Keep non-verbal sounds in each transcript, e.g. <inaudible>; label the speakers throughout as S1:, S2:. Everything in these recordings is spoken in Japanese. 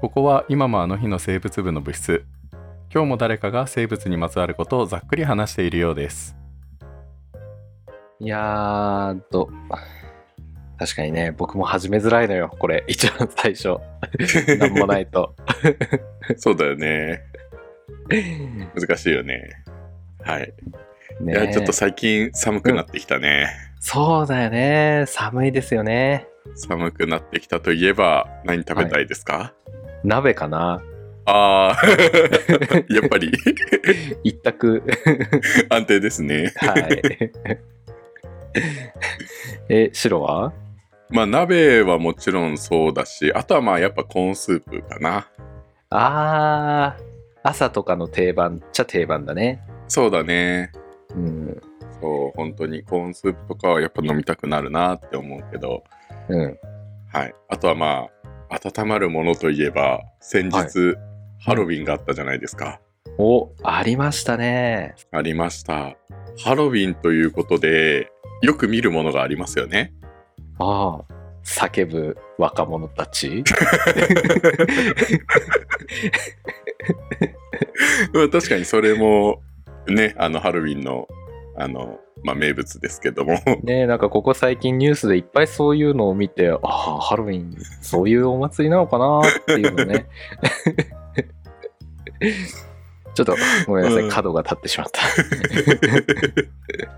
S1: ここは今もあの日の生物部の部室今日も誰かが生物にまつわることをざっくり話しているようです
S2: いやーっと、確かにね、僕も始めづらいのよ、これ、 <laughs> 一番最初。なんもないと。
S1: <laughs> そうだよね難しいよねはいい
S2: ね
S1: やちょっと最近寒くなってきたね、
S2: そうだよね、寒いですよね。
S1: 寒くなってきたといえば何食べたいですか、
S2: 鍋
S1: <laughs>
S2: かな
S1: ああ <laughs> やっぱり
S2: 一択。
S1: 安定ですね
S2: はい。 <laughs> え、白は
S1: まあ鍋はもちろんそうだしあとはまあやっぱコーンスープかな
S2: あー、朝とかの定番っちゃ定番だね。
S1: そうだね
S2: うん。
S1: そう本当にコーンスープとかはやっぱ飲みたくなるなって思うけど、
S2: うん。
S1: はい、あとはまあ温まるものといえば先日、
S2: はい
S1: ハロウィンがあったじゃないですか、
S2: お、ありましたね。
S1: ありましたハロウィンということでよく見るものがありますよね
S2: ああ。叫ぶ若者たち
S1: うん確かにそれもねあのハロウィンのあの、まあ、名物ですけども
S2: ねえなんかここ最近ニュースでいっぱいそういうのを見てああハロウィンそういうお祭りなのかなっていうのね <laughs> ちょっとごめんなさい、
S1: うん
S2: 角が立ってしまった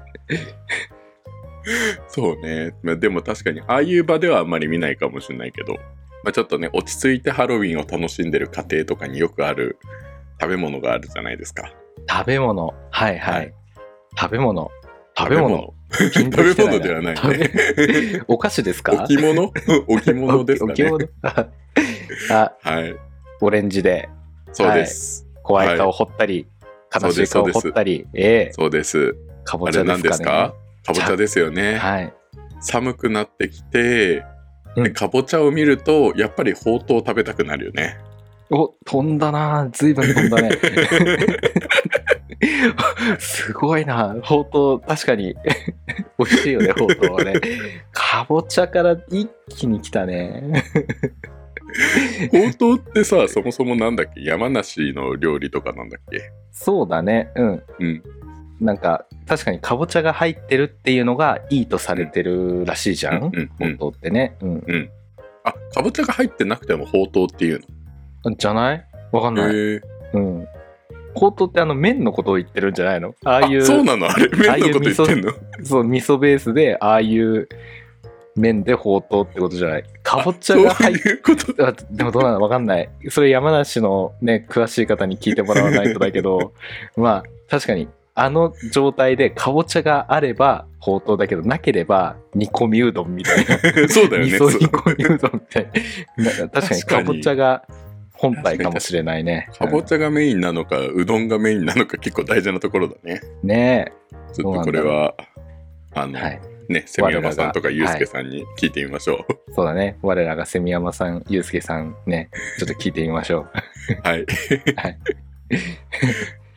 S1: <laughs> そうね、まあ、でも確かにああいう場ではあんまり見ないかもしれないけど、まあ、ちょっとね落ち着いてハロウィンを楽しんでる家庭とかによくある食べ物があるじゃないですか
S2: 食べ物はいはい、
S1: はい
S2: 食べ物食べ物食
S1: 食べ物ではないね
S2: <laughs> お菓子ですか
S1: 置物
S2: <laughs>
S1: 置物ですか
S2: お着
S1: ね
S2: 物あ
S1: はい
S2: オレンジで
S1: そうです、
S2: 怖い顔掘ったり、悲しい顔掘ったりええ
S1: そうです
S2: かぼ
S1: あ
S2: ちゃ
S1: れ
S2: で
S1: 何
S2: す
S1: で
S2: か
S1: す
S2: ね
S1: かかぼちゃですよね
S2: はい
S1: 寒くなってきて、
S2: うん
S1: でかぼちゃを見るとやっぱりほうとう食べたくなるよね。
S2: お飛んだなずいぶん飛んだ
S1: <laughs>
S2: ねすごいなほうとう確かに美味しいよねほうとうはねかぼちゃから一気に来たね
S1: ほうとうってさそもそもなんだっけ山梨の料理とかなんだっけ
S2: そうだねうん
S1: うん
S2: なんか確かにかぼちゃが入ってるっていうのがいいとされてるらしいじゃん、
S1: うんうんうん
S2: 本当ってね、うん、
S1: あかぼちゃが入ってなくてもほうとうっていう
S2: じゃないわかん
S1: の。
S2: ない、
S1: へえ
S2: うんほうとうってあの麺のことを言ってるんじゃないのああいう
S1: そうなのあれ
S2: ああ
S1: 麺
S2: いう
S1: のこと言ってんの
S2: そう味噌ベースでああいう麺でほうとうってことじゃないかぼちゃが入っ
S1: そういうこと
S2: あでもどうなのわかんないそれ山梨のね詳しい方に聞いてもらわないとだ
S1: <laughs>
S2: けどまあ確かにあの状態でかぼちゃがあればほうとうだけどなければ煮込みうどんみたい
S1: <laughs>
S2: な
S1: そうだよ
S2: 味
S1: ね。
S2: 噌
S1: そう
S2: 煮込みうどんみたいなな確かに
S1: 確か
S2: か
S1: に
S2: ぼちゃが本体かもしれないね
S1: かぼちゃがメインなのかうどんがメインなのか結構大事なところだね。
S2: うんね
S1: ちょっとこれはあ
S2: え
S1: の、
S2: はい
S1: ねセミヤマさんとかユうスケさんに聞いてみましょ
S2: そうだね我らがセミヤマさんユうスケさんねちょっと聞いてみましょう
S1: う。はい。
S2: はい
S1: <laughs>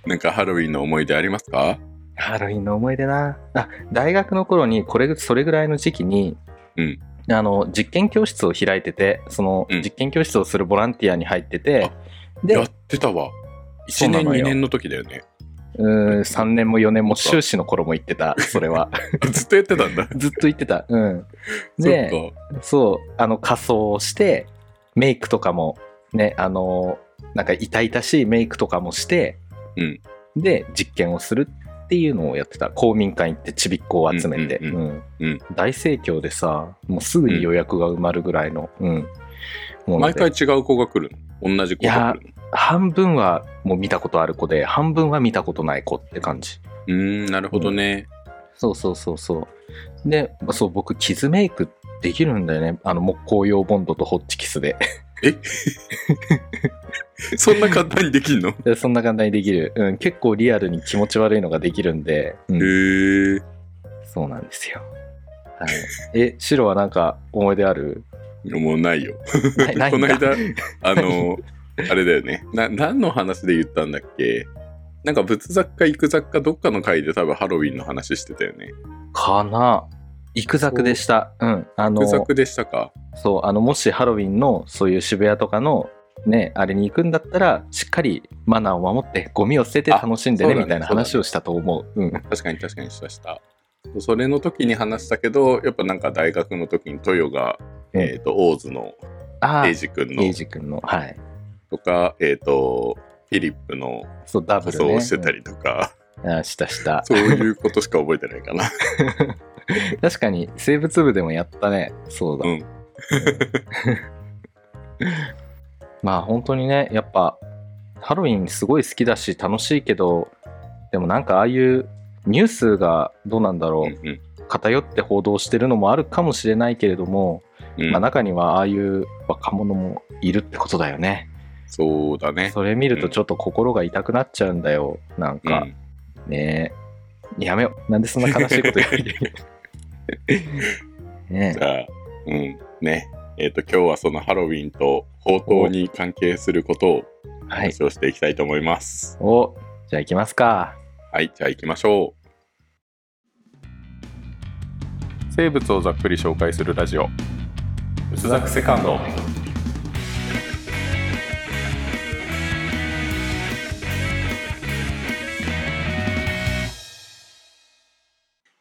S1: なんかハロウィンの思い出ありますか？
S2: ハロウィンの思い出な。あ、大学の頃に、これ、それぐらいの時期に、
S1: うん
S2: あの、実験教室を開いてて、その、
S1: うん
S2: 実験教室をするボランティアに入ってて、で、
S1: や
S2: う
S1: ってたわ。
S2: そ
S1: 1
S2: うな
S1: 年
S2: のよ
S1: 2年の時だよね。 <laughs>
S2: ーん、3年も4年も修士の頃も行ってた、そ
S1: <laughs>
S2: れは。
S1: ずっとやってたんだ。
S2: ずっと行ってた。うん。で、
S1: そっか。
S2: そう、あの仮装をして、メイクとかも、ね、あの、なんか痛々しいメイクとかもして、
S1: うん
S2: で、実験をするっていうのをやってた。公民館行ってちびっ子を集めて、
S1: うんう
S2: うん
S1: うん
S2: 大盛況でさ、もうすぐに予約が埋まるぐらいの、うん。もう
S1: 毎回違う子が来るの。同じ子が来る
S2: 半分はもう見たことある子で、半分は見たことない子って感じ。
S1: の。うーん、なるほどね。 <laughs>
S2: そうそうそうそう。で、そう、僕、キズメイクできるんだよね。あの、木工用ボンドとホッチキスで。
S1: そんな簡単にできんの？へ
S2: でそんな簡単にできる、うん、結構リアルに気持ち悪いのができるんで、うん
S1: え。
S2: そうなんですよ、はい、え白はなんか思い出あ
S1: <laughs>
S2: る
S1: もうないよ。
S2: ないない
S1: こ
S2: ん
S1: の
S2: だ <laughs>
S1: 間あのあれだよねな何の話で言ったんだっけなんか仏雑貨行く雑貨どっかの回で多分ハロウィンの話してたよね
S2: かな行くざくでしたうんあ
S1: 仏
S2: の
S1: 雑貨でしたか
S2: そうあのもしハロウィンのそういう渋谷とかのね、あれに行くんだったら、しっかりマナーを守って、ゴミを捨てて楽しんでね、
S1: あそうだね
S2: みたいな話をしたと思う。うん。
S1: 確かに確かにしたしたそうそれの時に話したけどやっぱなんか大学の時に豊が、
S2: うん
S1: えー、と大津の
S2: ああ、
S1: 英
S2: エ
S1: 二君
S2: イ
S1: の
S2: ジ君の、はい。
S1: とか、えー、とフィリップの
S2: そう、ダブ
S1: 仮
S2: ル
S1: 装
S2: ね。
S1: をしてたりとか、
S2: うん。あーしたした。
S1: そういうことしか覚えてないかな
S2: 確かに、生物部でもやったね。そうだ。
S1: うん
S2: <laughs> まあ、本当にね、やっぱ、ハロウィンすごい好きだし、楽しいけど、でもなんかああいうニュースがどうなんだろう。
S1: <laughs> うんうん
S2: 偏って報道してるのもあるかもしれないけれども、
S1: うん
S2: まあ、中にはああいう若者もいるってことだよね
S1: そうだね
S2: それ見るとちょっと心が痛くなっちゃうんだよなん
S1: う
S2: か
S1: ん
S2: ねえやめようなんでそんな悲しいこと言わなきゃいけない
S1: <laughs>
S2: ね
S1: じゃあうんねえー、と今日はそのハロウィンと放蕩に関係することを
S2: えはい
S1: 話をしていきたいと思います。
S2: おじゃあ行きますか
S1: はい、じゃあ行きましょう。生物をざっくり紹介するラジオ。薄ザクセカンド。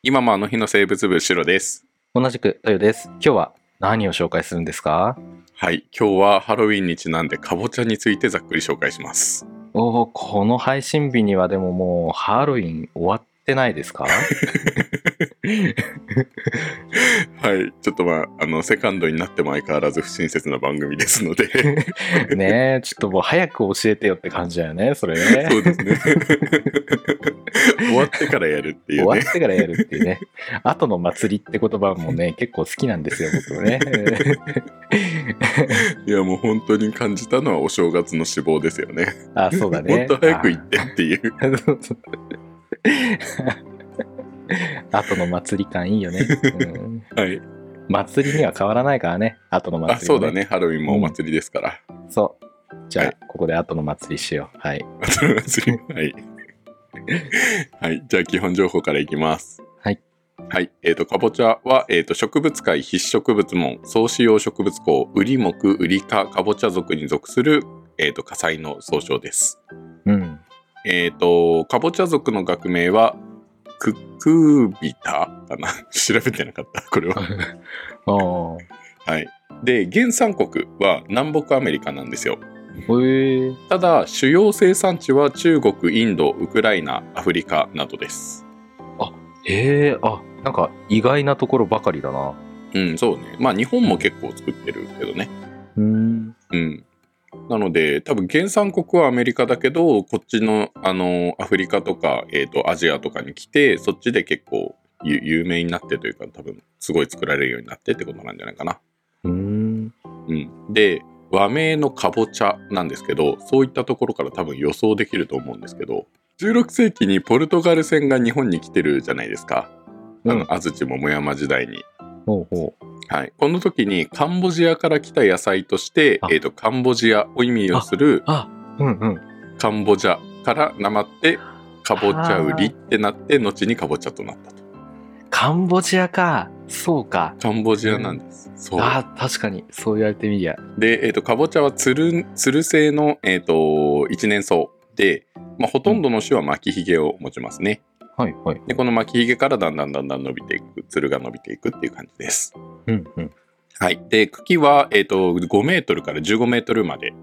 S1: 今もあの日の生物部シロです。
S2: 同じくトヨです今日は何を紹介するんですか
S1: はい、今日はハロウィンにちなんでかぼちゃについてざっくり紹介します。
S2: おーこの配信日にはでももうハロウィン終わってないで
S1: <laughs>
S2: すか
S1: <laughs> はい、ちょっとまあ、あの、セカンドになっても相変わらず不親切な番組ですの
S2: <laughs>
S1: で。
S2: ねえちょっともう早く教えてよって感じだよねそれね
S1: そうですね。終わってからやるってい
S2: 終
S1: う
S2: わ
S1: ね。
S2: ってからやるっていうね。後の祭りって言葉もね、結構好きなんですよ、僕も
S1: <laughs>
S2: ね。
S1: いやもう本当に感じたのはお正月の死亡ですよね。
S2: あ、そうだね。
S1: もっと早く行ってっていう。
S2: あ。そうそう
S1: <laughs>
S2: 後の祭り感いいよね、うん
S1: はい。
S2: 祭りには変わらないからね、後の祭り、
S1: あ、そうだ。ね。ハロウィンもお祭りですから。
S2: そう。じゃあ、
S1: はい
S2: ここで後の祭りしよう。はい。
S1: 後の祭り。はい。はい。じゃあ基本情報からいきます。
S2: はい。
S1: はい。えっ、と、かぼちゃは、えっ、と、植物界必植物門、総使用植物項、ウリ木、ウリ科、かぼちゃ属に属する、えっ、と、火災の総称です。
S2: <laughs> うん。
S1: えっ、と、かぼちゃ族の学名は、ククービタかな <laughs> 調べてなかった、これは。
S2: おー
S1: はい。で、原産国は南北アメリカなんですよ。
S2: ほえー
S1: ただ、主要生産地は中国、インド、ウクライナ、アフリカなどです。
S2: えー、あなんか意外なところばかりだな。
S1: うん、そうね。まあ、日本も結構作ってるけどね。
S2: うん。
S1: うん。なので、多分原産国はアメリカだけど、こっちの、あの、アフリカとか、えっ、と、アジアとかに来て、そっちで結構ゆ有名になってというか、多分、すごい作られるようになってってことなんじゃないかな。
S2: うん。
S1: うん、で和名のかぼちゃなんですけどそういったところから多分予想できると思うんですけど16世紀にポルトガル船が日本に来てるじゃないですか、あ
S2: うん
S1: の安土桃山時代に、
S2: ほうほう。
S1: はい、この時にカンボジアから来た野菜として
S2: あ、
S1: えー、とカンボジアを意味をする
S2: うんうん。
S1: カンボジャからなまってかぼちゃ売りってなって後にかぼちゃとなったと
S2: カンボジアか。そうか。
S1: カンボジアなんです、そう
S2: あー確かにそう言われてみりゃ
S1: で、えー、とかぼちゃはつるつる性の、えー、と一年草で、まあ、ほとんどの種は巻きひげを持ちますね。
S2: はいはい
S1: でこの巻きひげからだんだんだんだん伸びていくつるが伸びていくっていう感じです。
S2: うんうん
S1: はい、で茎は、えー、と5メートルから15メートルまで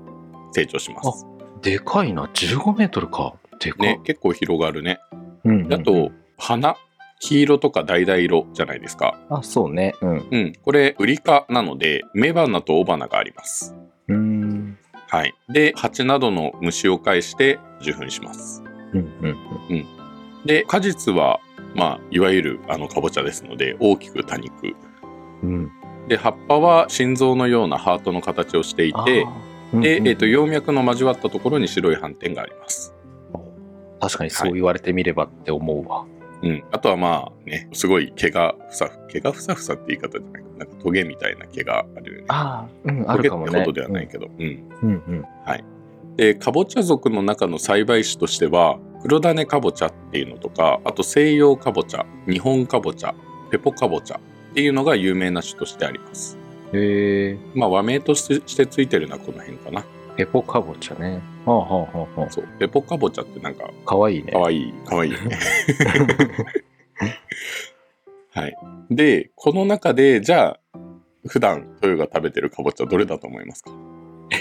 S1: 成長します。
S2: でかいな1 5メートルかでか
S1: ね、結構広がるね。
S2: うんうん
S1: あと花黄色とか橙色じゃないですか。
S2: あそうねうん
S1: うん、これウリ科なので雌花と雄花があります。
S2: うーん
S1: はい、で蜂などの虫を介して受粉します。
S2: うんうん
S1: で果実は、まあ、いわゆるあのかぼちゃですので大きく多肉
S2: うん
S1: で葉っぱは心臓のようなハートの形をしてい
S2: あー
S1: て
S2: うん
S1: で、
S2: うん
S1: えー、と葉脈の交わったところに白い斑点があります、
S2: 確かにそう言われてみればって思うわ
S1: うん、あとはまあねすごい毛がふさふ毛がふさふさって言い方じゃないかなんかトゲみたいな毛があるよね
S2: ああうんあ
S1: トゲ
S2: る
S1: っ
S2: かも
S1: て
S2: ね
S1: ことではないけど、うん、
S2: うんうん
S1: でかぼちゃ族の中の栽培種としては黒種かぼちゃっていうのとかあと西洋かぼちゃ日本かぼちゃペポかぼちゃっていうのが有名な種としてあります
S2: へえ
S1: まあ和名としてしてついてるのはこの辺かな。
S2: ペポかぼちゃね。はあはあはあは
S1: そうペポかぼちゃってなんか
S2: あ。かわいいね
S1: か。わいいか
S2: <laughs>
S1: わいいねはいでこの中でじゃあ普段トヨが食べてるかぼちゃどれだと思いますか
S2: い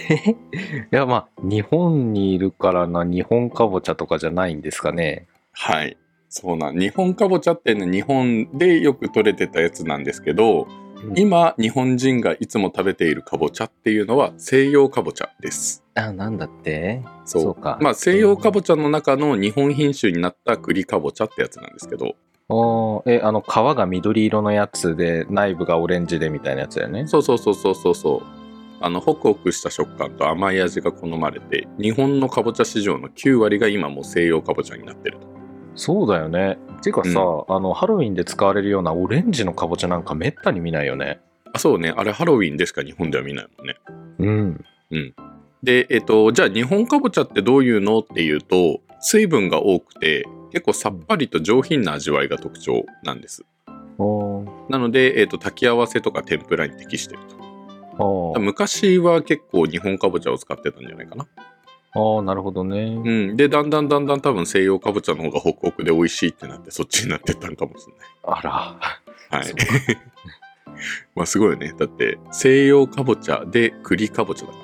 S2: や、まあ、日本にいるからな、日本かぼちゃとかじゃないんですかね。
S1: はいそうなん日本かぼちゃってね日本でよく取れてたやつなんですけど
S2: うん
S1: 今日本人がいつも食べているかぼちゃっていうのは西洋かぼちゃです
S2: あ、なんだって
S1: そう
S2: そうか
S1: まあ西洋かぼちゃの中の日本品種になった栗かぼちゃってやつなんですけど
S2: おーえ、あの、皮が緑色のやつで、内部がオレンジでみたいなやつだよね。
S1: そうそうそうそうそうそうあのホクホクした食感と甘い味が好まれて日本のかぼちゃ市場の9割が今もう西洋かぼちゃになってると
S2: そうだよね。ていうかさ、あの、ハロウィンで使われるようなオレンジのかぼちゃなんかめったに見ないよね。
S1: あそうねあれハロウィンでしか日本では見ないもんね
S2: うん。
S1: で、えっと、じゃあ日本かぼちゃってどういうのっていうと水分が多くて結構さっぱりと上品な味わいが特徴なんです
S2: おー
S1: なので、えっと炊き合わせとか天ぷらに適してると
S2: おー
S1: 昔は結構日本かぼちゃを使ってたんじゃないかな、
S2: あーなるほどね。
S1: うん、でだんだんだんだん多分西洋かぼちゃの方がホクホクで美味しいってなってそっちになってったんかもしれない
S2: あら。
S1: はい
S2: そうか
S1: <laughs> まあすごいよねだって西洋かぼちゃで栗かぼちゃだか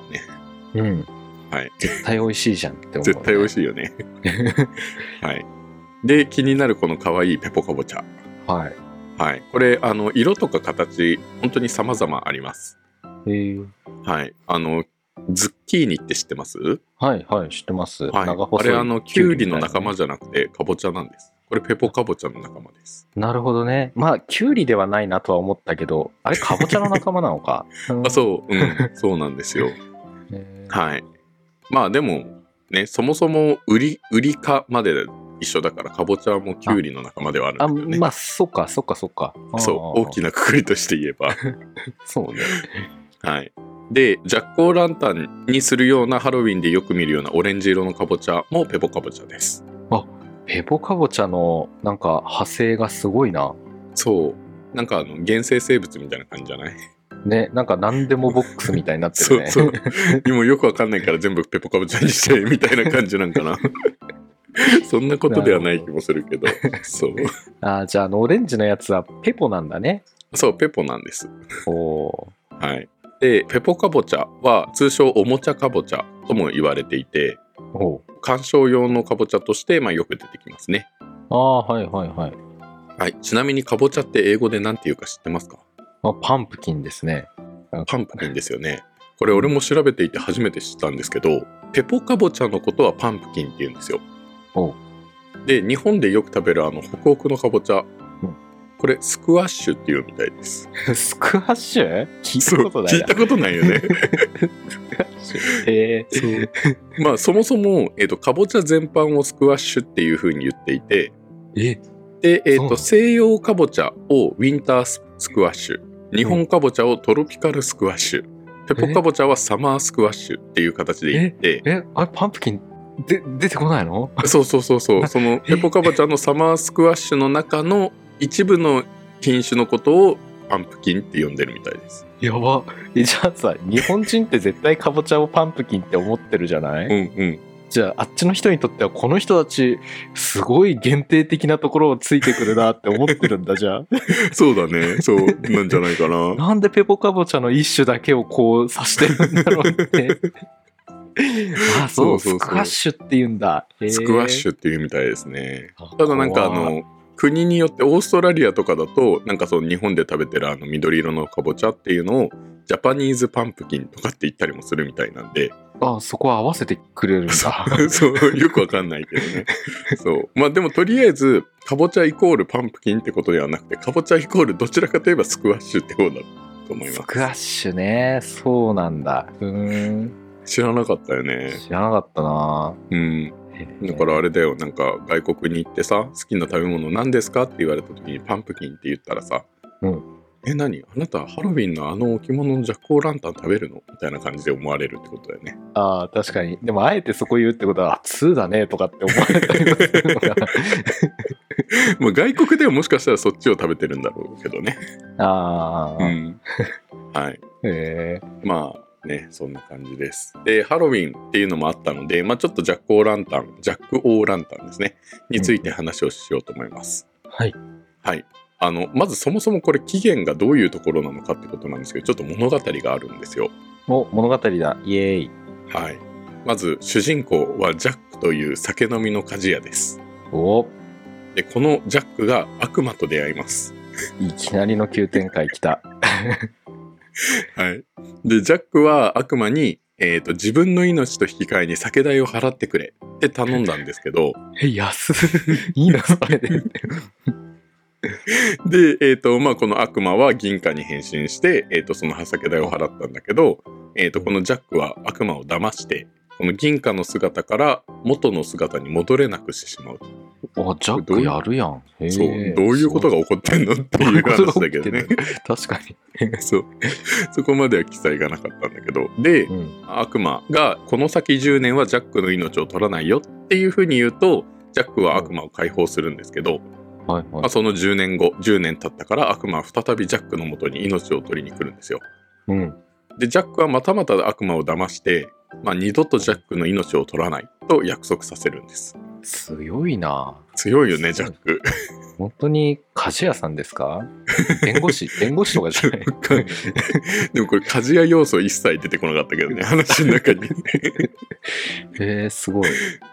S1: らね
S2: うん。
S1: はい
S2: 絶対美味しいじゃんって思う、
S1: 絶対美味
S2: しい。
S1: しいよ
S2: <laughs>
S1: ねはいで気になるこの可愛いペポかぼちゃ
S2: はい。
S1: はいこれあの色とか形本当に様々あります
S2: えー
S1: はいあのズッキーニって知ってます
S2: はいはい、知ってます。
S1: はい、
S2: 長
S1: あ
S2: 細い
S1: れあのキュウリの仲間
S2: じ
S1: じゃなくてかぼちゃなんですこれペポかぼちゃの仲間です
S2: ゃ。なるほどね。まあ、キュウリではないなとは思ったけど、あれ、かぼちゃの仲間なのか。
S1: <laughs> あそう
S2: <laughs>
S1: うんそうなんですよ
S2: うん。へー
S1: はいまあでもねそもそも売り売りかまで一緒だからかぼちゃはもうキュウリの仲間ではあるんだ
S2: あ、
S1: けどね
S2: まあ、そっか、そっか、そっか。
S1: <laughs> そう大き
S2: な。
S1: なくくりとして言えば
S2: そうね。
S1: はいでジャック・オー・ランタンにするようなハロウィンでよく見るようなオレンジ色のかぼちゃもペポかぼちゃです
S2: ペポかぼちゃの、なんか、派生がすごいな。
S1: そうなんかあの原生生物みたいな感じじゃない
S2: ね、なんか、何でもボックスみたいになって
S1: そ
S2: る
S1: う
S2: ね。
S1: <laughs> そう。今よくわかんないから全部ペポカブちゃんにして <laughs> みたいな感じなん <laughs> かな。そんなことではない気もするけど。そう。
S2: あーじゃあ、あの、オレンジのやつは、ペポなんだね。
S1: そう、ペポなんです。
S2: おー
S1: はい。で、ペポカボチャは通称おもちゃカボチャとも言われていて、
S2: おう。
S1: 観賞用のカボチャとして、まあ、よく出てきますね。
S2: ああー、はいはいはい。
S1: はい。ちなみにカボチャって英語で何て言うか知ってますか
S2: あ、パンプキンですね。
S1: パンプキンですよね。これ俺も調べていて初めて知ったんですけど、ペポカボチャのことはパンプキンって言うんですよ。
S2: おう
S1: で、日本でよく食べるあのホクホクのかぼちゃ、
S2: うん
S1: これスクワッシュっていうみたいです。
S2: <laughs> スクワッシュ聞いたことな
S1: そう
S2: い
S1: 聞い
S2: な。
S1: たことないよね。 <laughs>
S2: えー
S1: まあそもそも、えっとかぼちゃ全般をスクワッシュっていう風に言っていて、
S2: え
S1: で、えっ
S2: そうな
S1: と
S2: の
S1: 西洋かぼちゃをウィンターススクワッシュ、日本かぼちゃをトロピカルスクワッシュ、ペポかぼちゃはサマースクワッシュっていう形で言って、
S2: えあれパンプキンで出てこないの
S1: そうそうそう
S2: <laughs>
S1: そう。そのペポカボチャのサマースクワッシュの中の一部の品種のことをパンプキンって呼んでるみたいです。
S2: やばえじゃあさ日本人って絶対かぼちゃをパンプキンって思ってるじゃない、
S1: うんうん。
S2: じゃああっちの人にとってはこの人たちすごい限定的なところをついてくるなって思ってるんだじゃあ
S1: そうだね。そうなんじゃないかな。
S2: <laughs> なんでペポかぼちゃの一種だけをこう指してるんだろうって <laughs> あそう
S1: そうそうそう
S2: スクワッシュって言うんだ
S1: スクワッシ
S2: ュ
S1: ュっていうみたいですね。ただなんかあの国によってオーストラリアとかだとなんかその日本で食べてるあの緑色のかぼちゃっていうのをジャパニーズパンプキンとかって言ったりもするみたいなん
S2: <laughs>
S1: で
S2: あそこは合わせてくれるんだ
S1: そうよくわかんないけどねそうまあでもとりあえずかぼちゃイコールパンプキンってことではなくてかぼちゃイコールどちらかといえばスクワッシュって方だと思い
S2: ス
S1: ま
S2: クワッシュねそうなんだうーん
S1: す知らなかったよね
S2: 知らなかったな
S1: うんだからあれだよなんか外国に行ってさ好きな食べ物何ですかって言われた時にパンプキンって言ったらさ「
S2: うん
S1: え何あなたハロウィンのあの置物のジャック・オー・ランタン食べるの?」みたいな感じで思われるってことだよね <laughs>
S2: ああ確かにでもあえてそこ言うってことはあ通だねとかって思われたりもするのか
S1: <laughs> まあ外国ではもしかしたらそっちを食べてるんだろうけどね
S2: なああ
S1: うんはい
S2: へえ
S1: まあね、そんな感じです。で、ハロウィンっていうのもあったので、まあ、ちょっとジャック・オー・ランタン、ジャック・オー・ランタンですね、について話をしようと思います。
S2: はい。
S1: はい。あの、まずそもそもこれ起源がどういうところなのかってことなんですけど、ちょっと物語があるんですよ。
S2: お、物語だ。イエーイ。
S1: はい。まず、主人公はジャックという酒飲みの鍛冶屋です。
S2: お
S1: で、このジャックが悪魔と出会います。
S2: いきなりの急展開来た。
S1: はい。で、ジャックは悪魔に、えっ、と、自分の命と引き換えに酒代を払ってくれって頼んだんですけど、
S2: え、安っ <laughs> いいな、それで。
S1: で、えっ、と、まあ、この悪魔は銀貨に変身して、えっ、と、その酒代を払ったんだけど、えっ、と、このジャックは悪魔を騙して、この銀貨の姿から元の姿に戻れなくしてしまう。
S2: お、ジャックやるやん。へー
S1: そう、どういうことが起こってんのっていう話だけどね。
S2: 確かに。
S1: <laughs> そう。そこまでは記載がなかったんだけど。で、
S2: うん。
S1: 悪魔がこの先10年はジャックの命を取らないよっていうふうに言うとジャックは悪魔を解放するんですけど、
S2: はい
S1: ま
S2: は
S1: あ、その10年後10年経ったから悪魔は再びジャックの元に命を取りに来るんですよ
S2: い。うん。
S1: でジャックはまたまた悪魔を騙して、まあ、二度とジャックの命を取らないと約束させるんです
S2: 強いな。
S1: 強いよねジャック
S2: 本当に鍛冶屋さんですか弁
S1: <laughs>
S2: 護士弁護士とかじゃない
S1: <laughs> でもこれ鍛冶屋要素一切出てこなかったけどね話の中に <laughs>
S2: えー、すごい。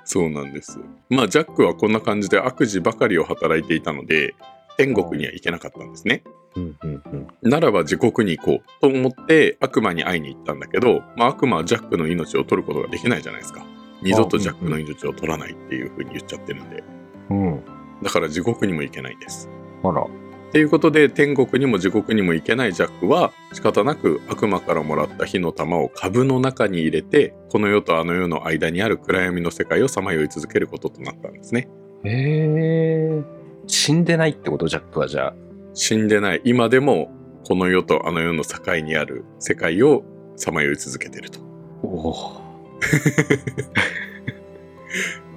S1: そうなんですまあジャックはこんな感じで悪事ばかりを働いていたので天国には行けなかったんですね
S2: うんうんうん。
S1: ならば地獄に行こうと思って悪魔に会いに行ったんだけど、まあ、悪魔はジャックの命を取ることができないじゃないですか二度とジャックの命を取らないっていうふうに言っちゃってるんで
S2: うん。
S1: だから地獄にも行けないです
S2: あら。
S1: っていうことで天国にも地獄にも行けないジャックは仕方なく悪魔からもらった火の玉を株の中に入れてこの世とあの世の間にある暗闇の世界をさまよい続けることとなったんですね
S2: えー、死んでないってことジャックはじゃあ。
S1: 死んでない今でもこの世とあの世の境にある世界をさまよい続けてると
S2: おお。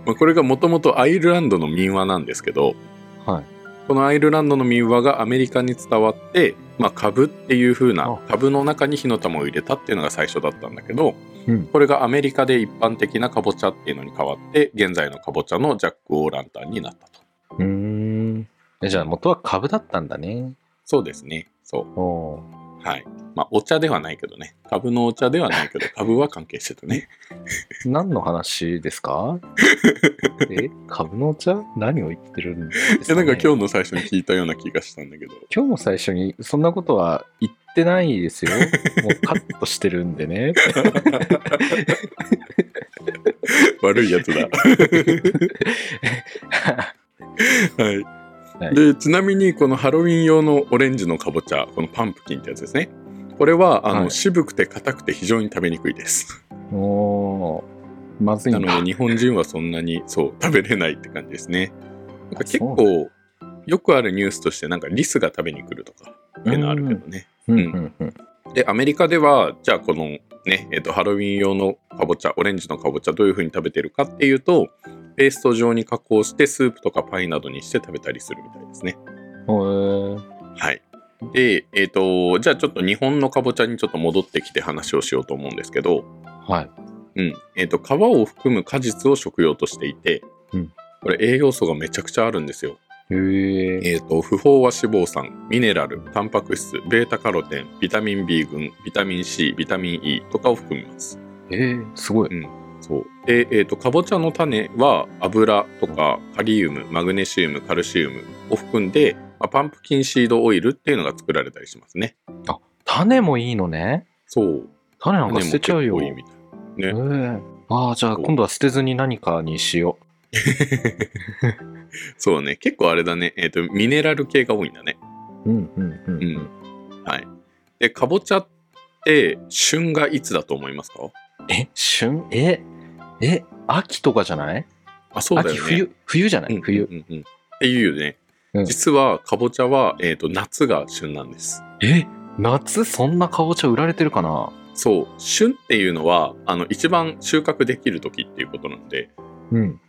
S1: まあ、これがもともとアイルランドの民話なんですけど
S2: はい。
S1: このアイルランドの民話がアメリカに伝わって、まあ、株っていう風な
S2: あ
S1: 株の中に火の玉を入れたっていうのが最初だったんだけど、
S2: うん
S1: これがアメリカで一般的なカボチャっていうのに変わって現在のカボチャのジャック・オー・ランタンになったと
S2: うーん。えじゃあ元は株だったんだね。
S1: そうですねそ
S2: おお。
S1: うはいまあお茶ではないけどね株のお茶ではないけど株は関係してたね
S2: 何の話で
S1: <laughs>
S2: すかえ株のお茶何を言ってるんで
S1: い
S2: す
S1: や
S2: か、
S1: な
S2: ね、
S1: んか今日の最初に聞いたような気がしたんだけど
S2: 今日も最初にそんなことは言ってないですよ。もうカットしてるんでね。
S1: 悪いや
S2: <laughs>
S1: つだはい
S2: はい
S1: でちなみにこのハロウィン用のオレンジのかぼちゃこのパンプキンってやつですねこれはあの、
S2: はい
S1: 渋くて硬くて非常に食べにくいです
S2: もう、まずい
S1: な
S2: な。
S1: ので日本人はそんなにそう食べれないって感じですねなんか結
S2: あそ
S1: 構よくあるニュースとしてなんかリスが食べに来るとかっていうのあるけどね
S2: うんうんうん。
S1: でアメリカではじゃあこのね、えっとハロウィン用のかぼちゃオレンジのかぼちゃどういう風に食べてるかっていうとペースト状に加工してスープとかパイなどにして食べたりするみたいですね
S2: おー
S1: はい。で、えっ、と、じゃあちょっと日本のかぼちゃにちょっと戻ってきて話をしようと思うんですけど、
S2: はい。
S1: うん。えっ、と、皮を含む果実を食用としていて、
S2: うん
S1: これ栄養素がめちゃくちゃあるんですよ。
S2: へえ。
S1: えっ、と、不飽和脂肪酸、ミネラル、タンパク質、ベータカロテン、ビタミン B 群、ビタミン C、ビタミン E とかを含みます。
S2: えー、すごい。
S1: そう。で、えっ、と、かぼちゃの種は油とかカリウム、マグネシウム、カルシウムを含んで、まあパンプキンシードオイルっていうのが作られたりしますね。
S2: 種もいいのね。
S1: そう。
S2: 種なんか捨てちゃうよ。
S1: 種も結構いいみたいね、
S2: ええああ、じゃあ今度は捨てずに何かにしよ
S1: そうね。結構あれだね。えっ、と、ミネラル系が多いんだね。
S2: う。うんうんうん
S1: うん。はい。で、かぼちゃって、旬がいつだと思いますか
S2: え、旬え、え、秋とかじゃない
S1: あ、そうだよね。
S2: 秋、冬、冬じゃない、
S1: うん、
S2: 冬。
S1: うんうんうんっていうよね。
S2: うん
S1: 実は、かぼちゃは、えっ、と、夏が旬なんです。
S2: え、夏そんなかぼちゃ売られてるかな
S1: そう。旬っていうのは、あの、一番収穫できる時っていうことなので、
S2: うん。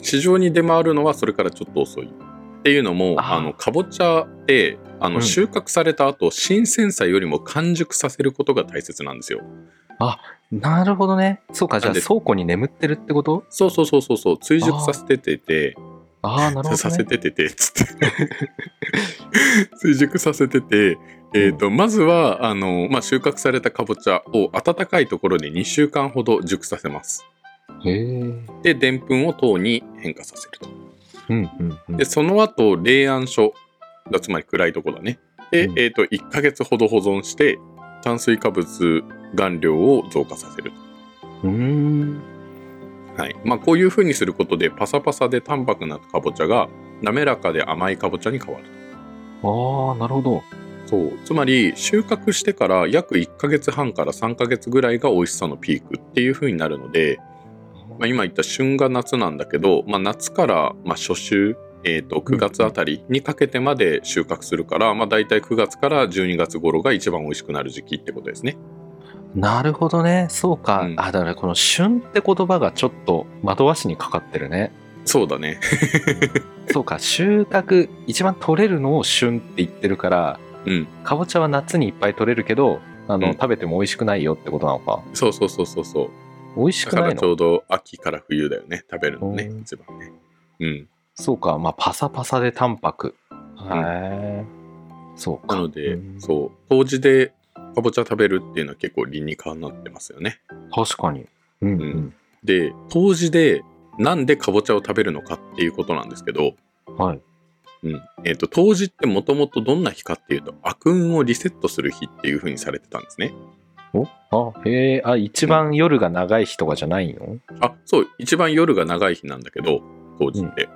S1: 市場に出回るのはそれからちょっと遅い。っていうのも、
S2: あー
S1: あの、かぼちゃって、あ
S2: う
S1: の、
S2: ん
S1: 収穫された後、新鮮さよりも完熟させることが大切なんですよ。
S2: なるほどね。そうか、じゃあ
S1: なんで
S2: 倉庫に眠ってるってこと
S1: そうそうそうそうそう追熟させててて
S2: ああ、なるほど、
S1: させ
S2: ね。
S1: てててつって <laughs> 追熟させてて、えーとまずはあの、まあ、収穫されたかぼちゃを暖かいところで2週間ほど熟させます
S2: へえ。うん
S1: ででんぷんを糖に変化させると
S2: うんうん
S1: で。その後冷暗所がつまり暗いとこだねで、
S2: うん
S1: えーと1ヶ月ほど保存して炭水化物含量を増加させる
S2: うーん。
S1: はいまあ、こういう風にすることでパサパサで淡白なかぼちゃが滑らかで甘いかぼちゃに変わる
S2: ああ、なるほど。
S1: そうつまり収穫してから約1ヶ月半から3ヶ月ぐらいが美味しさのピークっていう風になるので、まあ、今言った旬が夏なんだけど、まあ、夏からまあ初秋、えー、と9月あたりにかけてまで収穫するから、まあ、大体9月から12月頃が一番美味しくなる時期ってことですね。
S2: なるほどね。そうか。
S1: うん
S2: あ、だからこの旬って言葉がちょっと惑わしにかかってるね。
S1: そうだね。 <laughs>
S2: そうか。収穫、一番取れるのを旬って言ってるから、
S1: うん。
S2: かぼちゃは夏にいっぱい取れるけど、あの、
S1: うん
S2: 食べても美味しくないよってことなのか。
S1: そうそうそうそうそう。
S2: 美味し
S1: だ
S2: く
S1: か
S2: な
S1: ら
S2: い
S1: ちょ
S2: の
S1: うど秋から冬だよね。食べるのね
S2: う。ん
S1: 一番ね。うん。
S2: そうか。まあ、パサパサで淡白。へえ。そうか。
S1: なので、
S2: うん
S1: そう、麹でかぼちゃ食べるっていうのは結構理にかなってますよね。
S2: 確かに。うん、うん。
S1: で、麹でなんでかぼちゃを食べるのかっていうことなんですけど、
S2: はい。
S1: うん。えっ、と、麹ってもともとどんな日かっていうと、悪運をリセットする日っていう風にされてたんですね。
S2: おあ、へえ。あ、一番夜が長い日とかじゃないの
S1: あ、そう、一番夜が長い日なんだけど、麹って。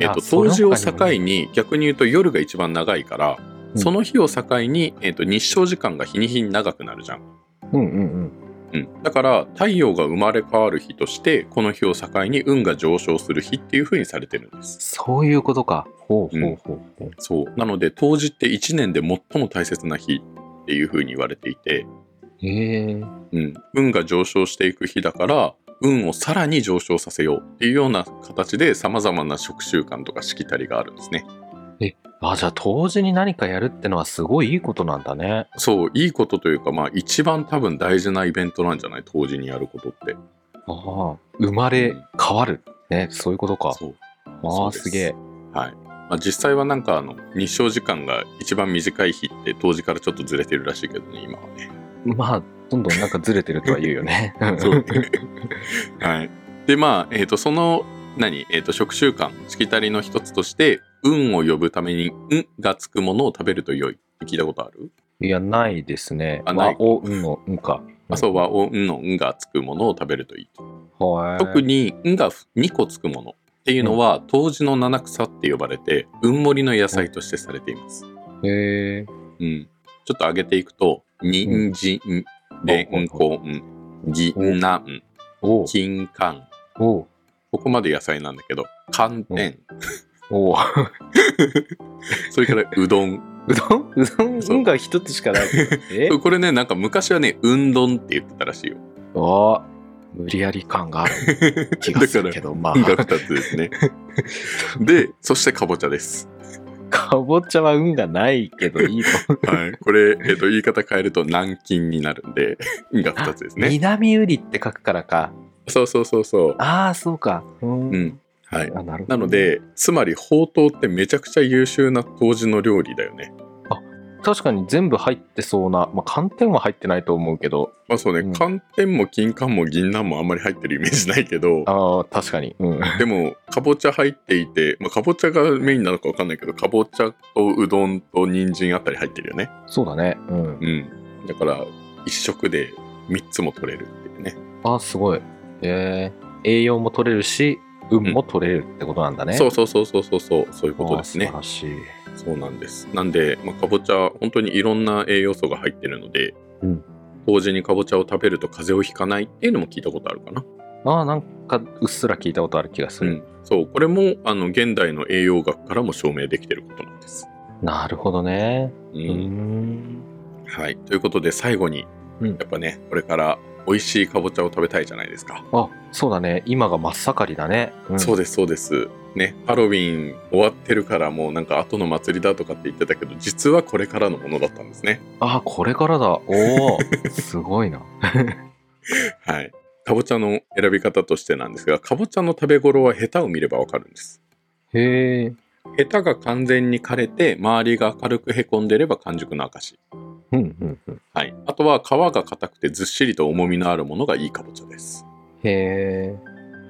S1: えっ、と、
S2: あその他
S1: 麹
S2: にも
S1: を境に、逆に言うと夜が一番長いから、
S2: うん
S1: その日を境に、えっ、と、日照時間が日に日に長くなるじゃん。
S2: うんうんうん。
S1: うん、だから太陽が生まれ変わる日としてこの日を境に運が上昇する日っていう風にされてるんです
S2: そういうことか。ほうほうほうほう。
S1: そうなので冬至って1年で最も大切な日っていう風に言われていて、
S2: へえ。
S1: うん、運が上昇していく日だから運をさらに上昇させようっていうような形でさまざまな食習慣とかしきたりがあるんですね
S2: あ、じゃあ、当時に何かやるってのはすごいいいことなんだね。
S1: そういいことというかまあ一番多分大事なイベントなんじゃない冬至にやることって
S2: ああ、生まれ変わる。ね、そういうことか。
S1: そう
S2: あ
S1: そう
S2: あ、
S1: です
S2: すげえ。
S1: はいまあ、実際はなんかあの日照時間が一番短い日って当時からちょっとずれてるらしいけどね今はね。
S2: まあ、どんどんなんかずれ
S1: <laughs>
S2: てるとは言うよね。
S1: そうはい、でまあ、えー、とその何、えー、と食習慣しきたりの一つとして運を呼ぶために「運」がつくものを食べると良いって聞いたことある、
S2: <laughs> いや、ないですね。
S1: あない
S2: 和お、うんの、うんか。
S1: あそうは「お運」の「運」がつくものを食べるといいと
S2: はい。
S1: 特。に「運」が2個つくものっていうのは冬至の七草って呼ばれて運盛りの野菜としてされています。
S2: へえ。
S1: うん、ちょっと上げていくと、人参、レンコン、ぎんなん、
S2: おう
S1: 金柑、
S2: おう
S1: ここまで野菜なんだけど、寒天、
S2: おう <laughs>
S1: それからうどん。
S2: うどんうどん
S1: そう
S2: 運が一つし
S1: <laughs>
S2: かないけど。え
S1: これね、なんか昔はね、うんどんって言ってたらしいよ。
S2: ああ、無理やり感がある気がするけど、ま
S1: 運が
S2: あ、
S1: 2つです
S2: <laughs>
S1: ね。で、そしてかぼちゃです。
S2: かぼちゃは運がないけどいいの。
S1: はい。これ、えっ、と、言い方変えると軟禁になるんで、運が2つですね。
S2: 南売りって書くからか。
S1: そうそうそうそう。
S2: ああ、そうか。う。
S1: うんん。はい。
S2: あなるほ
S1: な
S2: ど
S1: の、で、つまり、ほうとうってめちゃくちゃ優秀な当時の料理だよね。
S2: 確かに全部入ってそうな、まあ、寒天は入ってないと思うけど、
S1: まあそうね、
S2: うん
S1: 寒天も金柑も銀杏もあんまり入ってるイメージないけど、
S2: ああ、確かに。うん。
S1: でも、かぼちゃ入っていて、まあ、かぼちゃがメインなのかわかんないけど、かぼちゃとうどんと人参あたり入ってるよね。
S2: そうだね。うん。
S1: うん。だから、一食で3つも取れるっていうね。
S2: ああ、すごい。えー、栄養も取れるし、運も取れるってことなんだね。
S1: そううそうそうそうそうそう、そういうことですね
S2: 素晴。らしい。
S1: そうなんです。なんで、まあ、かぼちゃ、本当にいろんな栄養素が入ってるので、
S2: うん
S1: 同時にかぼちゃを食べると風邪をひかないっていうのも聞いたことあるかな。
S2: ああ、なんか、うっすら聞いたことある気がす
S1: う
S2: る。
S1: ん。そう、これも、あの、現代の栄養学からも証明できてることなんです。
S2: なるほどね。
S1: う
S2: うーん。
S1: はい。ということで、最後に、
S2: うん
S1: やっぱね、これから美味しいかぼちゃを食べたいじゃないですか。
S2: あ、そうだね。今が真っ盛りだね。うん
S1: そうです、そうです。ね、ハロウィン終わってるからもうなんか後の祭りだとかって言ってたけど、実はこれからのものだったんですね。
S2: ああ、これからだ。おお、すごいな。
S1: はい。かぼちゃの選び方としてなんですが、かぼちゃの食べ頃はヘタを見ればわかるんです。
S2: へえ。
S1: ヘタが完全に枯れて、周りが軽くへこんでれば完熟の証。
S2: うんうんうん。
S1: はい。あとは皮が硬くてずっしりと重みのあるものがいいかぼちゃです。
S2: へえ。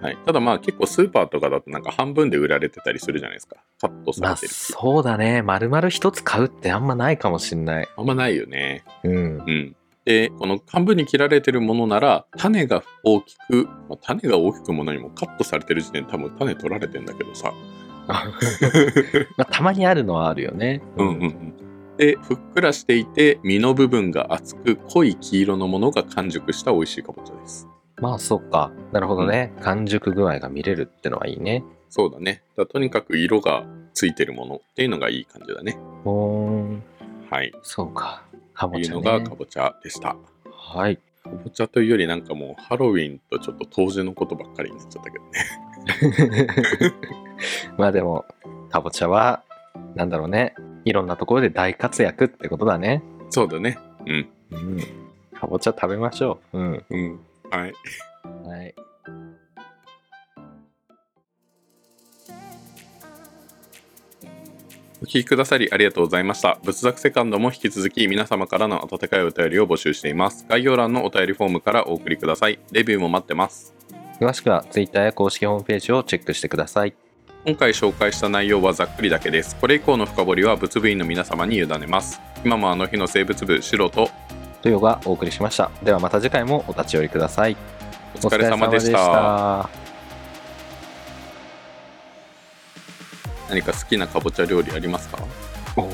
S1: はい。ただまあ結構スーパーとかだとなんか半分で売られてたりするじゃないですか。カットさ
S2: ま
S1: れ
S2: あ
S1: てる。
S2: そうだね。丸々一つ買うってあんまないかもしんない。
S1: あんまないよね。
S2: うん。
S1: うん。で、この半分に切られてるものなら、種が大きく、まあ種が大きくも何もカットされてる時点で多分種取られてんだけどさ。
S2: あまあたまにあるのはあるよね。
S1: うんうんうん。で、ふっくらしていて、実の部分が厚く、濃い黄色のものが完熟した美味しいかぼちゃです。
S2: まあそっか。なるほどね。完熟具合が見れるってのはいいね。
S1: そうだね。だとにかく色がついてるものっていうのがいい感じだね。
S2: ほーん。
S1: はい。
S2: そうか。か
S1: と
S2: ぼ
S1: いう
S2: ちゃ、
S1: の
S2: ね。
S1: がかぼちゃでした。
S2: はい。
S1: かぼちゃというよりなんかもうハロウィンとちょっと当時のことばっかりになっちゃったけどね。
S2: まあでも、かぼちゃは、なんだろうね。いろんなところで大活躍ってことだね。
S1: そうだね。うん。
S2: うん。かぼちゃ食べましょう。うん。
S1: うん。はい。
S2: はい。
S1: お聞きくださりありがとうございました。仏作セカンドも引き続き皆様からの温かいお便りを募集しています。概要欄のお便りフォームからお送りください。レビューも待ってます。
S2: 詳しくは Twitter や公式ホームページをチェックしてください。
S1: 今回紹介した内容はざっくりだけです。これ以降の深掘りは仏部員の皆様に委ねます。今もあの日の生物部、シロと
S2: とよがお送りしました。ではまた次回もお立ち寄りください。
S1: お疲れ様でした。
S2: お疲れ様でした
S1: 何か好きなかぼちゃ料理ありますか
S2: おお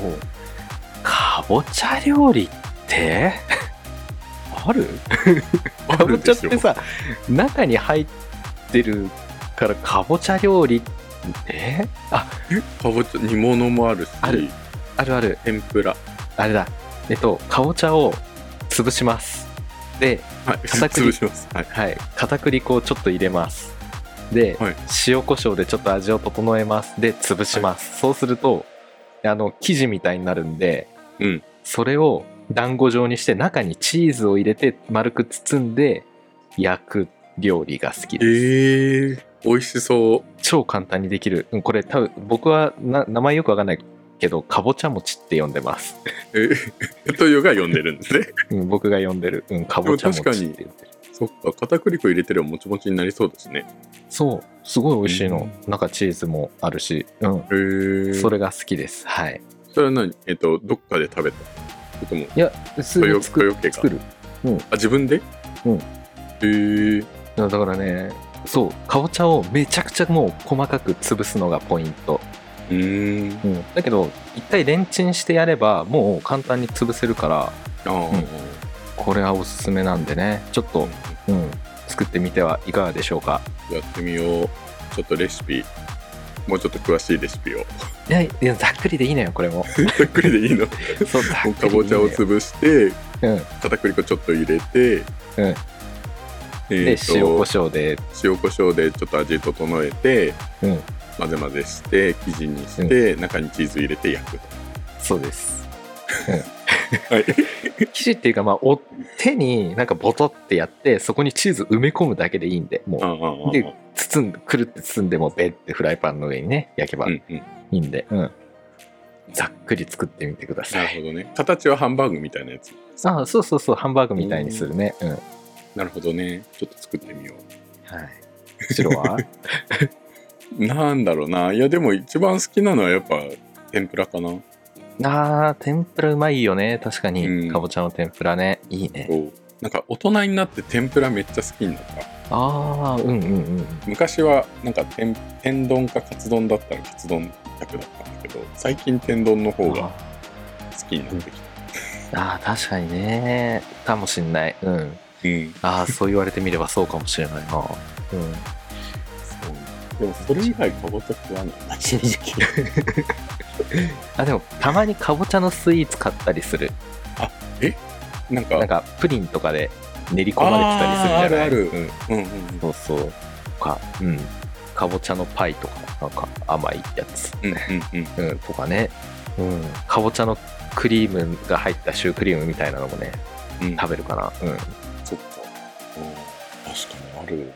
S2: かぼちゃ料理ってあるかぼちゃってさ中に入ってるからかぼちゃ料理えあ
S1: かぼちゃ、煮物もあるし、
S2: あるあるある
S1: 天ぷら。
S2: あれだえっとかぼちゃを潰しますで
S1: はい、
S2: 片栗
S1: 潰します。はい。
S2: はい片栗粉をちょっと入れますで、
S1: はい
S2: 塩コショウでちょっと味を整えますで潰します、そうするとあの生地みたいになるんで
S1: うん。
S2: それを団子状にして中にチーズを入れて丸く包んで焼く料理が好き
S1: え
S2: です、
S1: ー、美味しそう。
S2: 超簡単にできるうんこれ多分僕はな名前よくわかんないけどかぼちゃ餅って呼んでます、
S1: え、 <laughs> とよが呼んでるんですね。
S2: うん、僕が呼んでる、うん、かぼちゃ餅って言ってる
S1: そっか、片栗粉入れてればもちもちになりそうですね。
S2: そうすごい美味しいの、なんかチーズもあるし、うん、
S1: へえ。
S2: そ
S1: それ
S2: れが好きですはい
S1: は何えっ、と、どっかで食べたそれとも、
S2: いや普通に作
S1: 豊家
S2: る
S1: か
S2: 作る
S1: あ、自分で
S2: うん
S1: へえ。
S2: だからねそうかぼちゃをめちゃくちゃもう細かく潰すのがポイント
S1: うーん。あ
S2: うん、だけど一回レンチンしてやればもう簡単に潰せるから
S1: あ、
S2: これはおすすめなんでねちょっと、うん、作ってみてはいかがでしょうか
S1: やってみよう。ちょっとレシピ、もうちょっと詳しいレシピを。
S2: いやいやざっくりでいいのよこれ <laughs> も
S1: ざっくりで
S2: <laughs>
S1: いいの。
S2: そうざっく
S1: か
S2: りでい
S1: ぼ
S2: い
S1: ちゃ
S2: の
S1: を
S2: よ
S1: 潰して、
S2: うん
S1: 片栗粉ちょっと入れて、
S2: うん
S1: え
S2: で
S1: ーと
S2: 塩コショウで
S1: 塩コショウでちょっと味整えて、
S2: うん
S1: 混ぜ混ぜして生地にして、中にチーズ入れて焼く
S2: そうです
S1: と、
S2: <laughs>
S1: はい、
S2: 生地っていうかまあお手になんかボトってやってそこにチーズ埋め込むだけでいいんでもうで包んくるって包んでもうベッてフライパンの上にね焼けば
S1: う
S2: い
S1: んうん、
S2: いんで、うんざっくり作ってみてくださ
S1: ないるほどね形はハンバーグみたいなやつ
S2: あそうそうそうハンバーグみたいにするねうん
S1: なるほどねちょっと作ってみよ
S2: はい。白
S1: <laughs>
S2: は
S1: うなんだろうないやでも一番好きなのはやっぱ天ぷらかな、
S2: あー、天ぷらうまいよね。確か
S1: う
S2: に。
S1: ん
S2: かぼちゃの天ぷらね。いいね。
S1: そうなんか大人になって天ぷらめっちゃ好きになった
S2: あー、うんうんうん。
S1: 昔はなんか天天丼かカツ丼だったらカツ丼一択だったんだけど最近天丼の方が好きになってきた
S2: あー、確かにね。かもしんない。うん。
S1: うん
S2: あー、そう言われてみればそうかもしれない
S1: <laughs>
S2: な。うん。
S1: でもそれ以外かぼちゃ食わないな正直
S2: <laughs> あ、でも、たまにかぼちゃのスイーツ買ったりする。
S1: なんか
S2: なんか、プリンとかで練り込まれてたりするじゃな
S1: あ
S2: い
S1: ーあるある
S2: うん。
S1: うんうんうん
S2: そうそう。とか、うん。かぼちゃのパイとか、なんか甘いやつ。
S1: うんうん
S2: うん、とかね、うん、かぼちゃのクリームが入ったシュークリームみたいなのもね
S1: うんうん
S2: 食べるかな、うん
S1: そっか確かにあるよね。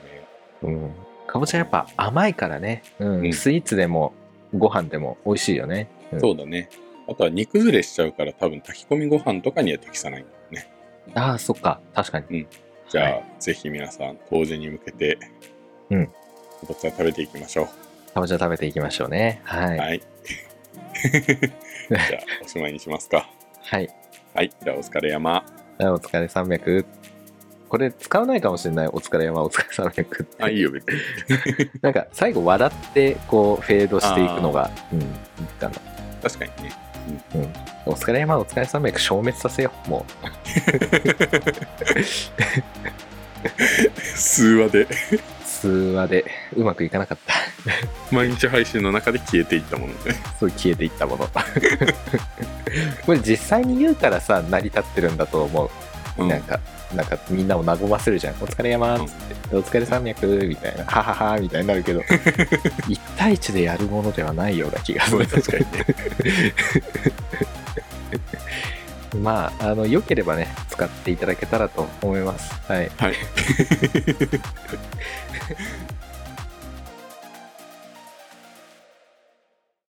S2: うん、かぼちゃやっぱ甘いからね、うん
S1: うん
S2: スイーツでもご飯でも美味しいよね、うん
S1: そうだね。あとは煮崩れしちゃうから多分炊き込みご飯とかには適さないんだよね。
S2: ああそっか確かに
S1: じゃあ、
S2: は
S1: ぜひ皆さん冬至に向けて、
S2: うん
S1: かぼちゃ食べていきましょ
S2: かぼちゃ食べていきましょうねは
S1: う。
S2: い
S1: はい。 <laughs> じゃあおしまいにしますか。
S2: はい、
S1: はい。じゃあお疲れ山。
S2: じゃあお疲れ300これ使わないかもしれないお疲れ山お疲れ300って
S1: あ、いいよ別に。
S2: なんか最後笑ってこうフェードしていくのが、うん、いいかな
S1: 確かにね。
S2: お疲れ山お疲れ300消滅させようも
S1: 数話で
S2: う数話でうまくいかなかった <laughs>
S1: 毎日配信の中で消えていったものね。
S2: そう消えていったもの <laughs> これ実際に言うからさ成り立ってるんだと思う
S1: うん
S2: なんか、なんかみんなを和ませるじゃん。お疲れ山っつって、お疲れ山脈みたいな、はははみたいになるけど、一対一でやるものではないような気がす
S1: それ
S2: る。
S1: 確かにね。
S2: まあ、あの、良ければね、 <laughs> 使っていただけたらと思います。はい。
S1: はい。